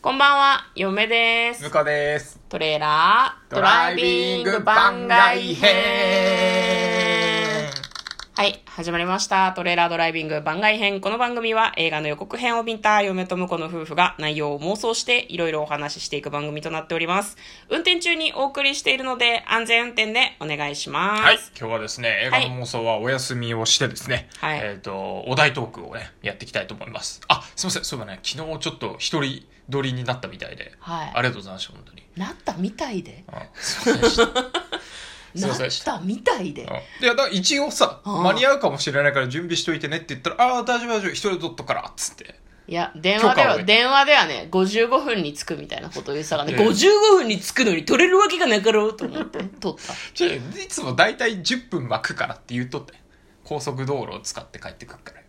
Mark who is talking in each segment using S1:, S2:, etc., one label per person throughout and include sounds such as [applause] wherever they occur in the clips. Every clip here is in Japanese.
S1: こんばんは、嫁です
S2: 向。こうです。
S1: トレーラードライビング番外編。はい、始まりました。トレーラードライビング番外編。この番組は映画の予告編を見た嫁と婿の夫婦が内容を妄想していろいろお話ししていく番組となっております。運転中にお送りしているので安全運転でお願いします。
S2: はい。今日はですね、映画の妄想はお休みをしてですね、
S1: はい
S2: えっ、と、お題トークをね、やっていきたいと思います。あ、すいません。そういえばね、昨日ちょっと一人撮りになったみたいで、
S1: はい
S2: ありがとうございました、本当に。
S1: なったみたいで。
S2: あすいませんでした。
S1: [laughs]
S2: すい
S1: な
S2: ま
S1: っ
S2: せんでした
S1: たみたいで。
S2: うんいや、だから一応さ、
S1: うん
S2: 間に合うかもしれないから準備しといてねって言ったら、ああー、大丈夫大丈夫、一人撮ったから、つって。
S1: いや、電話で
S2: 許可を
S1: は、
S2: 得て
S1: 電話ではね、55分に着くみたいなことを言ってたからね、
S2: ええ
S1: 55分に着くのに取れるわけがなかろうと思
S2: [laughs]
S1: って、取った。
S2: ちょいつも大体10分巻くからって言うとって。高速道路を使って帰ってくるから。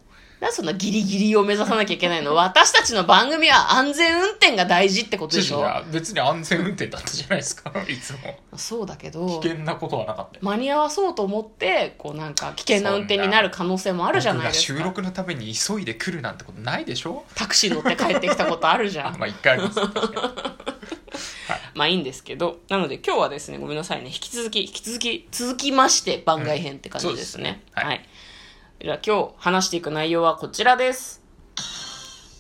S1: なんでそんなギリギリを目指さなきゃいけないの私たちの番組は安全運転が大事ってことでし
S2: い
S1: ょ
S2: や別に安全運転だったじゃないですか、 [laughs] いつも。
S1: そうだけど
S2: 危、険なことはなかったよ。
S1: 間に合わそうと思って、こうなんか危険な運転になる可能性もあるじゃないです
S2: 僕
S1: か。
S2: が収録のために急いで来るなんてことないでしょ
S1: タクシー乗って帰ってきたことあるじゃ
S2: [laughs]
S1: ん。
S2: まあ一回ありますけどね
S1: まあいいんですけど、なので今日はですね、ごめんなさいね、引き続き、引き続き、続きまして番外編って感じですね。
S2: うんそうですねはい
S1: はい。じゃあ今日話していく内容はこちらです。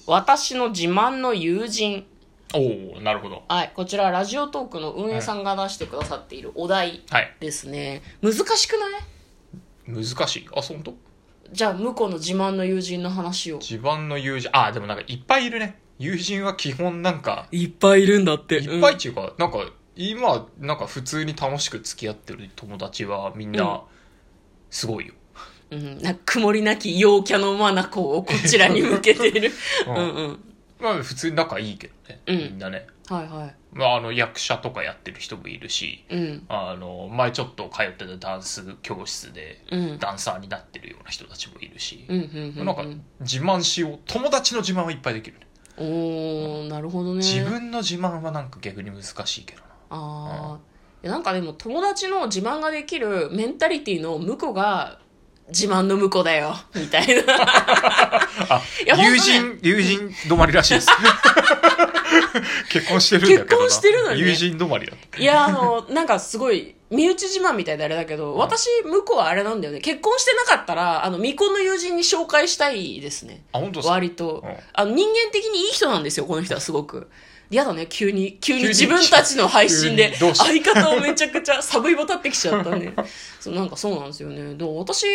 S1: 私の自慢の友人。
S2: おおなるほど。
S1: はい、こちらラジオトークの運営さんが出してくださっているお題
S2: はい。
S1: ですね。難しくない
S2: 難しい。あ、そうほんと
S1: じゃあ、向こうの自慢の友人の話を。
S2: 自慢の友人。あ、でもなんかいっぱいいるね。友人は基本なんか、
S1: いっぱいいるんだって。
S2: いっぱいっていうか、なんか、今、なんか普通に楽しく付き合ってる友達はみん
S1: うん
S2: な、すごいよ。
S1: うん。うん、なんか曇りなき陽キャのマナコをこちらに向けている。 [laughs] う
S2: うんん
S1: うん。
S2: まあ普通に仲いいけどね。
S1: うん
S2: みんなね。
S1: はいは
S2: まああの役者とかやってる人もいるし、
S1: い。うん。
S2: あの、前ちょっと通ってたダンス教室で、
S1: うん。
S2: ダンサーになってるような人たちもいるし、
S1: うんうんうん、うん。
S2: なんか自慢しよう友達の自慢はいっぱいできるね、
S1: おー、なるほどね。
S2: 自分の自慢はなんか逆に難しいけどな
S1: ああ、なんかでも友達の自慢ができるメンタリティの向こうが自慢の向こう
S2: [laughs]
S1: だよみたいないや
S2: 友
S1: 本
S2: 人友人止まりらしいです
S1: [laughs]
S2: 結婚してるんだけどな
S1: 結婚してるのにね
S2: 友人止まりだって
S1: いやあのなんかすごい身内自慢みたいであれだけど私向こうはあれなんだよね結婚してなかったらあの未婚の友人に紹介したいですね
S2: あ本当ですか
S1: 割と、
S2: うん
S1: あの人間的にいい人なんですよこの人はすごく嫌だね急に急に
S2: 急に
S1: 自分たちの配信で
S2: [laughs] 急にどうした
S1: 相方をめちゃくちゃサブイボ立ってきちゃったねそうなんかそうなんですよねでも私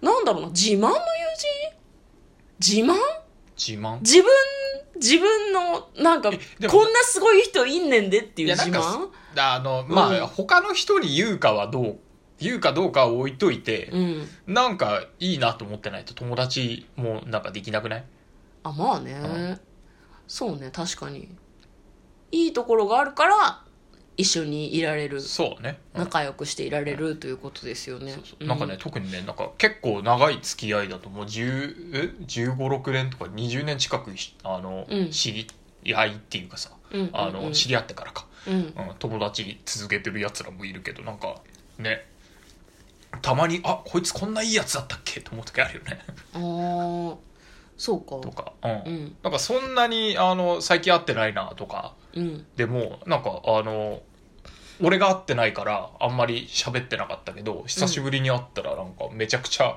S1: なんだろうな自慢の友人自慢
S2: 自慢
S1: 自分自分のなんかこ
S2: えでも
S1: んなすごい人いんねんでっていう自
S2: な
S1: 慢
S2: んかあのまあ、
S1: うん
S2: 他の人に言うかはどう言うかどうかは置いといて
S1: う、ん
S2: なんかいいなと思ってないと友達もなんかできなくない
S1: あまあね、
S2: ん
S1: そうね確かにいいところがあるから一緒にいられる
S2: そうね、うん
S1: 仲良くしていられるということですよね
S2: そうそうなんかね、特にねなんか結構長い付き合いだともう1 5 6年とか20年近くひあの、
S1: うん
S2: 知り合いっていうかさ
S1: うん、うん
S2: あの、
S1: うん
S2: 知り合ってからか、
S1: うん
S2: うん、友達続けてるやつらもいるけどなんかねたまに「あこいつこんないいやつだったっけ?」と思う時あるよね
S1: あ
S2: [laughs]
S1: あそうか
S2: とか、うん
S1: うん
S2: なんかそんなにあの最近会ってないなとか
S1: うん
S2: でもなんかあの俺が会ってないからあんまり喋ってなかったけど久しぶりに会ったらなんかめちゃくちゃ、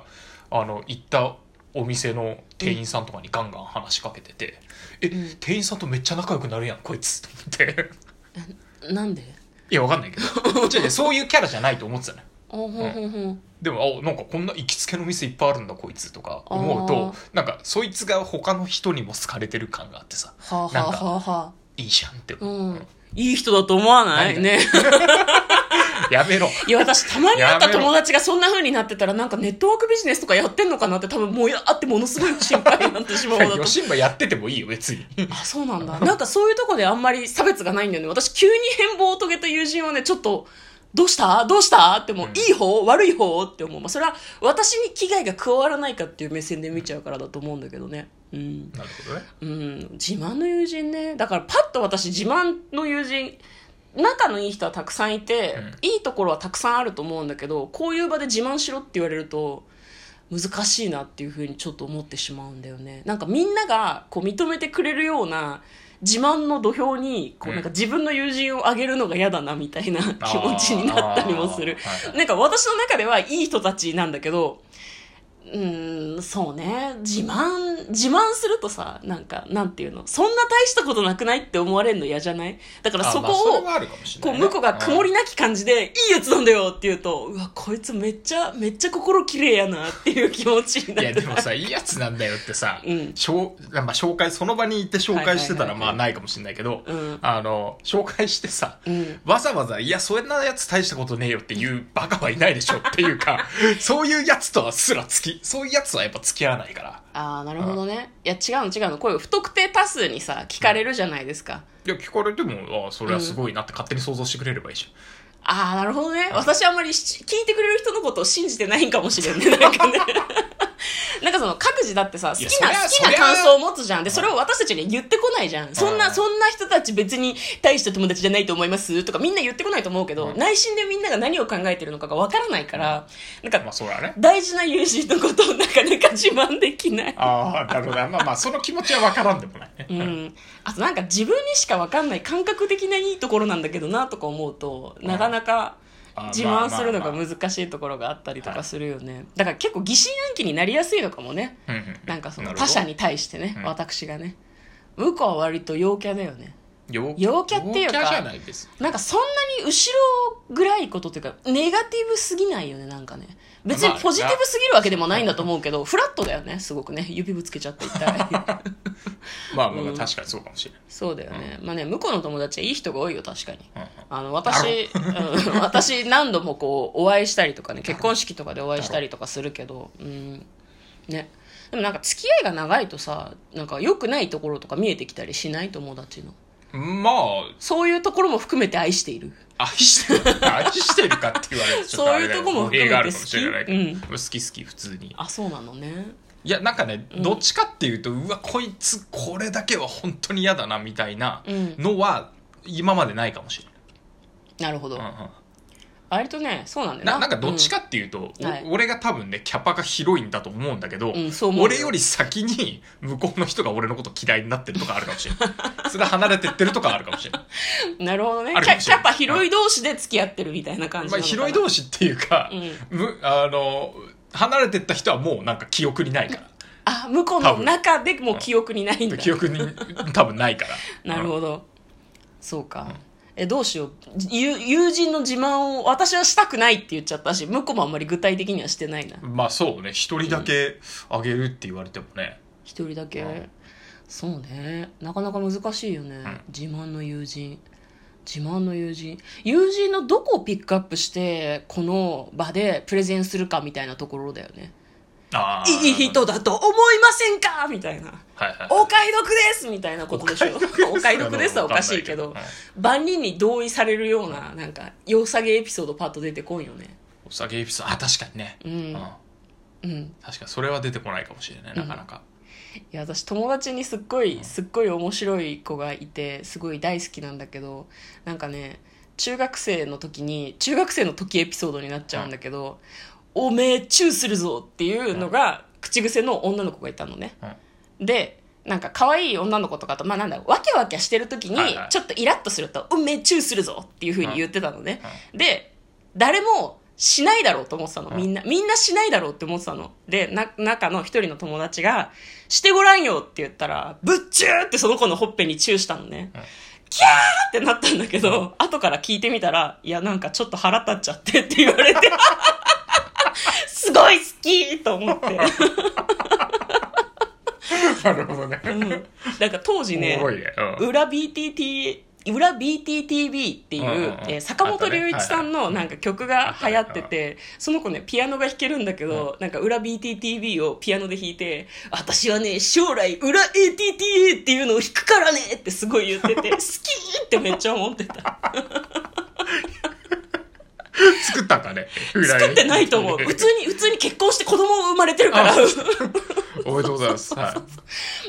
S2: あの行ったお店の店員さんとかにガンガン話しかけてて「え
S1: うん
S2: 店員さんとめっちゃ仲良くなるやんこいつ」と思って [laughs]
S1: なんで
S2: いやわかんないけど違う違うそういうキャラじゃないと思ってたね
S1: あほんほんほん
S2: でもあなんかこんな行きつけの店いっぱいあるんだこいつとか思う
S1: あ
S2: となんかそいつが他の人にも好かれてる感があってさ
S1: はあは
S2: なん
S1: あ
S2: か
S1: はあは
S2: いいじゃんって
S1: あう
S2: 思う、うんん
S1: いい人だと思わない
S2: 何が [laughs]
S1: ね [laughs]
S2: やめろ
S1: いや私たまに会った
S2: やめろ
S1: 友達がそんな風になってたらなんかネットワークビジネスとかやってんのかなって多分もうやあってものすごい心配になってしまう方だと思う
S2: 吉村やっててもいいよ別に
S1: あそうなんだなんかそういうとこであんまり差別がないんだよね私急に変貌を遂げた友人はねちょっとどうしたどうしたってもう、
S2: うん
S1: いい方悪い方って思う、まあ、それは私に危害が加わらないかっていう目線で見ちゃうからだと思うんだけどねうん、
S2: なるほどね
S1: うん、自慢の友人ねだからパッと私自慢の友人仲のいい人はたくさんいて、いいところはたくさんあると思うんだけどこういう場で自慢しろって言われると難しいなっていうふうにちょっと思ってしまうんだよねなんかみんながこう認めてくれるような自慢の土俵にこう
S2: うん
S1: なんか自分の友人をあげるのが嫌だなみたいな気持ちになったりもする
S2: あーは
S1: [laughs]
S2: い
S1: なんか私の中ではいい人たちなんだけどうーんそうね自慢自慢するとさなんかなんていうのそんな大したことなくないって思われるの嫌じゃないだから
S2: あ
S1: そこ
S2: まあ
S1: を
S2: れはあるかもしれ
S1: こ
S2: な
S1: う
S2: いね
S1: 向こうが曇り
S2: うん
S1: なき感じで、いいやつなんだよって言うと、うわ、こいつめっちゃ、めっちゃ心綺麗やなっていう気持ちにない
S2: や
S1: る
S2: で。もさいいやつなんだよってさ、
S1: うん
S2: しょうまあ、紹介その場に行って紹介してた
S1: はいはいはい
S2: ら
S1: はい
S2: まあないかもしれないけど、
S1: うん
S2: あの紹介してさ、
S1: うん
S2: わざわざ「いやそんなやつ大したことねえよ」っていうバカはいないでしょっていう
S1: [laughs]
S2: かそういうやつとはすらつきそういうやつはやっぱ付き合わないから
S1: ああ、なるほどね。いや、違うの違うの。こういう不特定多数にさ、聞かれるじゃないですか。
S2: いや聞かれてもあそれはすごいなって勝手に想像してくれればいいじゃん、
S1: ああ、なるほどね。
S2: うん
S1: 私あんまりし聞いてくれる人のことを信じてないんかもしれんね。なんかね。 [laughs] なんかその各自だってさ、好き
S2: いや
S1: な、
S2: そりゃ
S1: 好きな
S2: そりゃ
S1: 感想を持つじゃん。で、それを私たちには言ってこないじゃん。そん
S2: う
S1: な、
S2: ん
S1: そんな人たち別に大した友達じゃないと思いますとかみんな言ってこないと思うけど、
S2: うん
S1: 内心でみんなが何を考えてるのかがわからないから、なんか
S2: まあそれはね
S1: 大事な友人のことをなかなか自慢できない。
S2: ああなるほどまあまあその気持ちは分からんでもないね、
S1: うん、あとなんか自分にしかわかんない感覚的ないいところなんだけどなとか思うとなかなか
S2: あ
S1: 自
S2: まあ
S1: 慢するの
S2: まあ
S1: が
S2: まあ
S1: 難しいところがあったりとかするよねだから結構疑心暗鬼になりやすいのかもね
S2: うんうん
S1: なんかそ
S2: な
S1: の
S2: るほ
S1: 他
S2: ど
S1: 者に対してね
S2: うん
S1: 私がね向こうは割と陽キャだよね
S2: 陽
S1: 陽キャっていうか
S2: 陽キャじゃないです
S1: なんかそんなに後ろ暗いことというかネガティブすぎないよねなんかね別に
S2: まあ
S1: ポジティブすぎるわけでもないんだと思うけどフラットだよねすごくね指ぶつけちゃって痛い
S2: [laughs] まあまあまあ
S1: うん
S2: 確かにそうかもしれない
S1: そうだよねまあね向こうの友達はいい人が多いよ確かに
S2: うんうん
S1: あの、私、うん、私何度もこう、お会いしたりとかね、結婚式とかでお会いしたりとかするけど、うん。ね。でもなんか付き合いが長いとさ、なんか良くないところとか見えてきたりしない友達の。
S2: まあ、
S1: そういうところも含めて愛している。
S2: 愛してる、愛してるかって言われるとちょっとあれだよ
S1: [laughs] そういうとこも含めて
S2: 語弊があるかもしれないけど、
S1: 好きうん
S2: 好き好き普通に。
S1: あ、そうなのね。
S2: いや、なんかね、どっちかっていうと、うわ、こいつこれだけは本当に嫌だなみたいな
S1: うん
S2: のは、今までないかもしれない。
S1: なるほど。
S2: うんうん
S1: 割とね、そうなんだよ
S2: ななんかどっちかっていうと、
S1: うんはい
S2: お俺が多分ねキャパが広いんだと思うんだけど、
S1: うんそう思うよ
S2: 俺より先に向こうの人が俺のこと嫌いになってるとかあるか
S1: [laughs]
S2: もしれないそれ離れてってるとかあるかもしれない
S1: うんなるほどね
S2: あ。
S1: キ
S2: るか
S1: ャ
S2: もし
S1: キ
S2: れ
S1: ャ
S2: ない
S1: パ広い同士で付き合ってるみたいな感じなのか
S2: まあ、
S1: な。
S2: 広い同士っていうか、
S1: う
S2: むあの離れてった人はもうなんか記憶にないか
S1: あ、向こうの中でもう記憶にないんだ
S2: ら。記憶に多分ないから
S1: なる
S2: ど
S1: ほど、そうか、えどうしよう友友人の自慢を私はしたくないって言っちゃったし向こうもあんまり具体的にはしてないな
S2: まあそうね一人だけあげるって言われてもね、
S1: 一人だけ、
S2: うん
S1: そうねなかなか難しいよね、自慢の友人自慢の友人友人のどこをピックアップしてこの場でプレゼンするかみたいなところだよね
S2: ああ
S1: いい人だと思いませんかみたいな
S2: はいはい
S1: お買い得ですみたいなことでしょお買い得ですはおかしいけ
S2: わ
S1: ど
S2: かんないけ
S1: 万人に同意されるようななんか良さげエピソードパッと出てこんよね
S2: お酒エピソードあ確かにね、
S1: う
S2: うん
S1: んうん
S2: 確かにそれは出てこないかもしれないなかなか、
S1: いや私友達にすっごいすっごい面白い子がいてすごい大好きなんだけどなんかね中学生の時に中学生の時エピソードになっちゃうんだけど「おめえチューするぞ」っていうのが口癖の女の子がいたのね、でなんか可愛い女の子とかとまあなんだわけわけしてる時に
S2: はいはい
S1: ちょっとイラッとすると「おめえチューするぞ」っていうふうに言ってたのね、で誰もしないだろうと思ってたの
S2: うん
S1: みんなみんなしないだろうって思ってたのでな中の一人の友達が「してごらんよ」って言ったら「ぶっちゅー!」ってその子のほっぺにチューしたのね、
S2: うん
S1: キャーってなったんだけど、後から聞いてみたら「いやなんかちょっと腹立っちゃって」って言われてすごい好きと思って、
S2: [laughs] なるほど
S1: [laughs]
S2: ね、
S1: うん、なんか当時ね
S2: おもろいね、うん
S1: 裏 BTT 裏 BTTB っていう,、
S2: うんうんうん
S1: えー坂本龍一さん
S2: あ
S1: の
S2: ったね
S1: なんか曲が流行って
S2: あった
S1: て、その子ねピアノが弾けるんだけど、なんか裏 BTTB をピアノで弾いて「私はね将来裏 ATTA っていうのを弾くからね」ってすごい言
S2: [laughs]
S1: ってて「好き!」ってめっちゃ思ってた
S2: 作
S1: [laughs]
S2: ったんかね [laughs]
S1: 作ってないと思う普通に普通に結婚して子供生まれてるから
S2: あおめでとうございます。は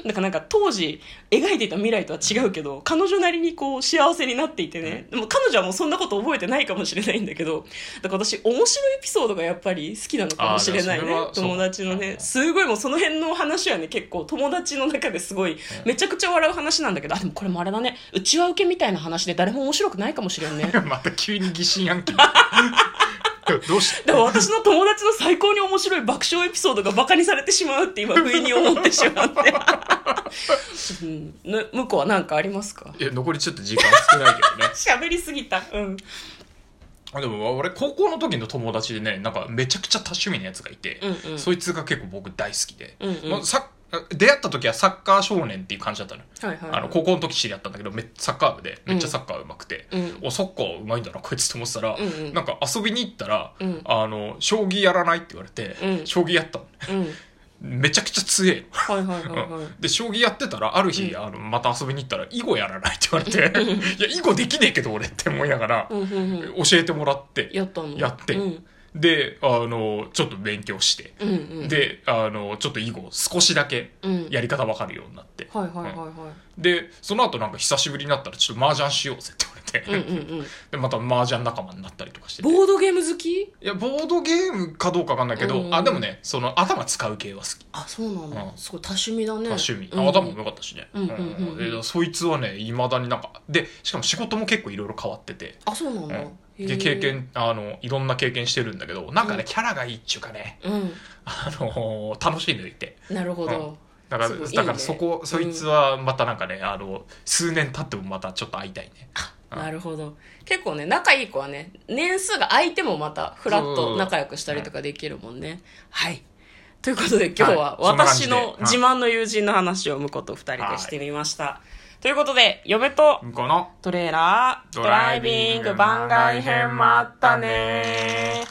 S2: い。
S1: なんかなんか当時描いていた未来とは違うけど彼女なりにこう幸せになっていてね、でも彼女はもうそんなこと覚えてないかもしれないんだけどだから私面白いエピソードがやっぱり好きなのかもしれないね
S2: あーでもそれは
S1: 友達のねすごいもうその辺の話はね結構友達の中ですごい
S2: ん
S1: めちゃくちゃ笑う話なんだけどあでもこれもあれだねうちわ受けみたいな話で誰も面白くないかもしれんね [laughs]
S2: また急に疑心暗鬼。どうし
S1: でも私の友達の最高に面白い爆笑エピソードがバカにされてしまうって今不意に思ってしまって、 [laughs] うん、ぬ向こうは何かありますか
S2: いや、残りちょっと時間少ないけどね。
S1: 喋りすぎたうん
S2: あ [laughs] でも俺高校の時の友達でねなんかめちゃくちゃ多趣味なやつがいて、
S1: うんうん
S2: そいつが結構僕大好きで、
S1: うんうん
S2: まあさ出会った時はサッカー少年っていう感じだったの,、
S1: はいはいはい
S2: あの高校の時知り合ったんだけどめサッカー部でめっちゃサッカーうまくて、
S1: うん
S2: おサッカーうまいんだなこいつと思ってたら、
S1: うんうん
S2: なんか遊びに行ったら、
S1: うん
S2: あの将棋やらないって言われて、
S1: うん
S2: 将棋やったの
S1: うん
S2: めちゃくちゃ強えの
S1: はいはいはいはい、
S2: うん [laughs] で将棋やってたらある日、あのまた遊びに行ったら囲碁やらないって言わ
S1: [laughs]
S2: れて「いや囲碁できねえけど俺」って思いながら
S1: うんうんうん
S2: 教えてもらって
S1: やったの
S2: やって
S1: うん
S2: であのちょっと勉強して、
S1: うんうん
S2: であのちょっと囲碁少しだけ
S1: うん
S2: やり方わかるようになって、
S1: はいはいはいは
S2: でその後なんか久しぶりになったらちょっと麻雀しようぜって
S1: い
S2: 言われて、
S1: うんうんうん
S2: でまた麻雀仲間になったりとかしてて
S1: ボードゲーム好き
S2: いやボードゲームかどうかわかんないけど、
S1: うん
S2: あでもねその頭使う系は好き
S1: あそうなんだ、
S2: うん
S1: すごい多趣味だね
S2: 多趣味、
S1: うんうん
S2: あ頭も良かったしね、
S1: うんうんうんうん
S2: でだからそいつはねいまだになんかでしかも仕事も結構いろいろ変わってて、
S1: あそうなんだ、
S2: うん
S1: へ
S2: で
S1: ー
S2: 経験あのいろんな経験してるんだけどなんかね、
S1: うん
S2: キャラがいいっちゅうかね
S1: う
S2: あの楽しいのいて
S1: んなるほど、
S2: だから
S1: すごいいいね
S2: だからそこそいつはまたなんかね、あの数年経ってもまたちょっと会いたいねうん
S1: なるほど結構ね仲いい子はね年数が空いてもまたフラッと仲良くしたりとかできるもんねはいということで今日は
S2: はいそんな感
S1: 私
S2: じで
S1: の
S2: はい
S1: 自慢の友人の話を向こうと2人でしてみました、ということで嫁と
S2: 向こうの
S1: トレーラード
S2: ドライビング番外編もあったね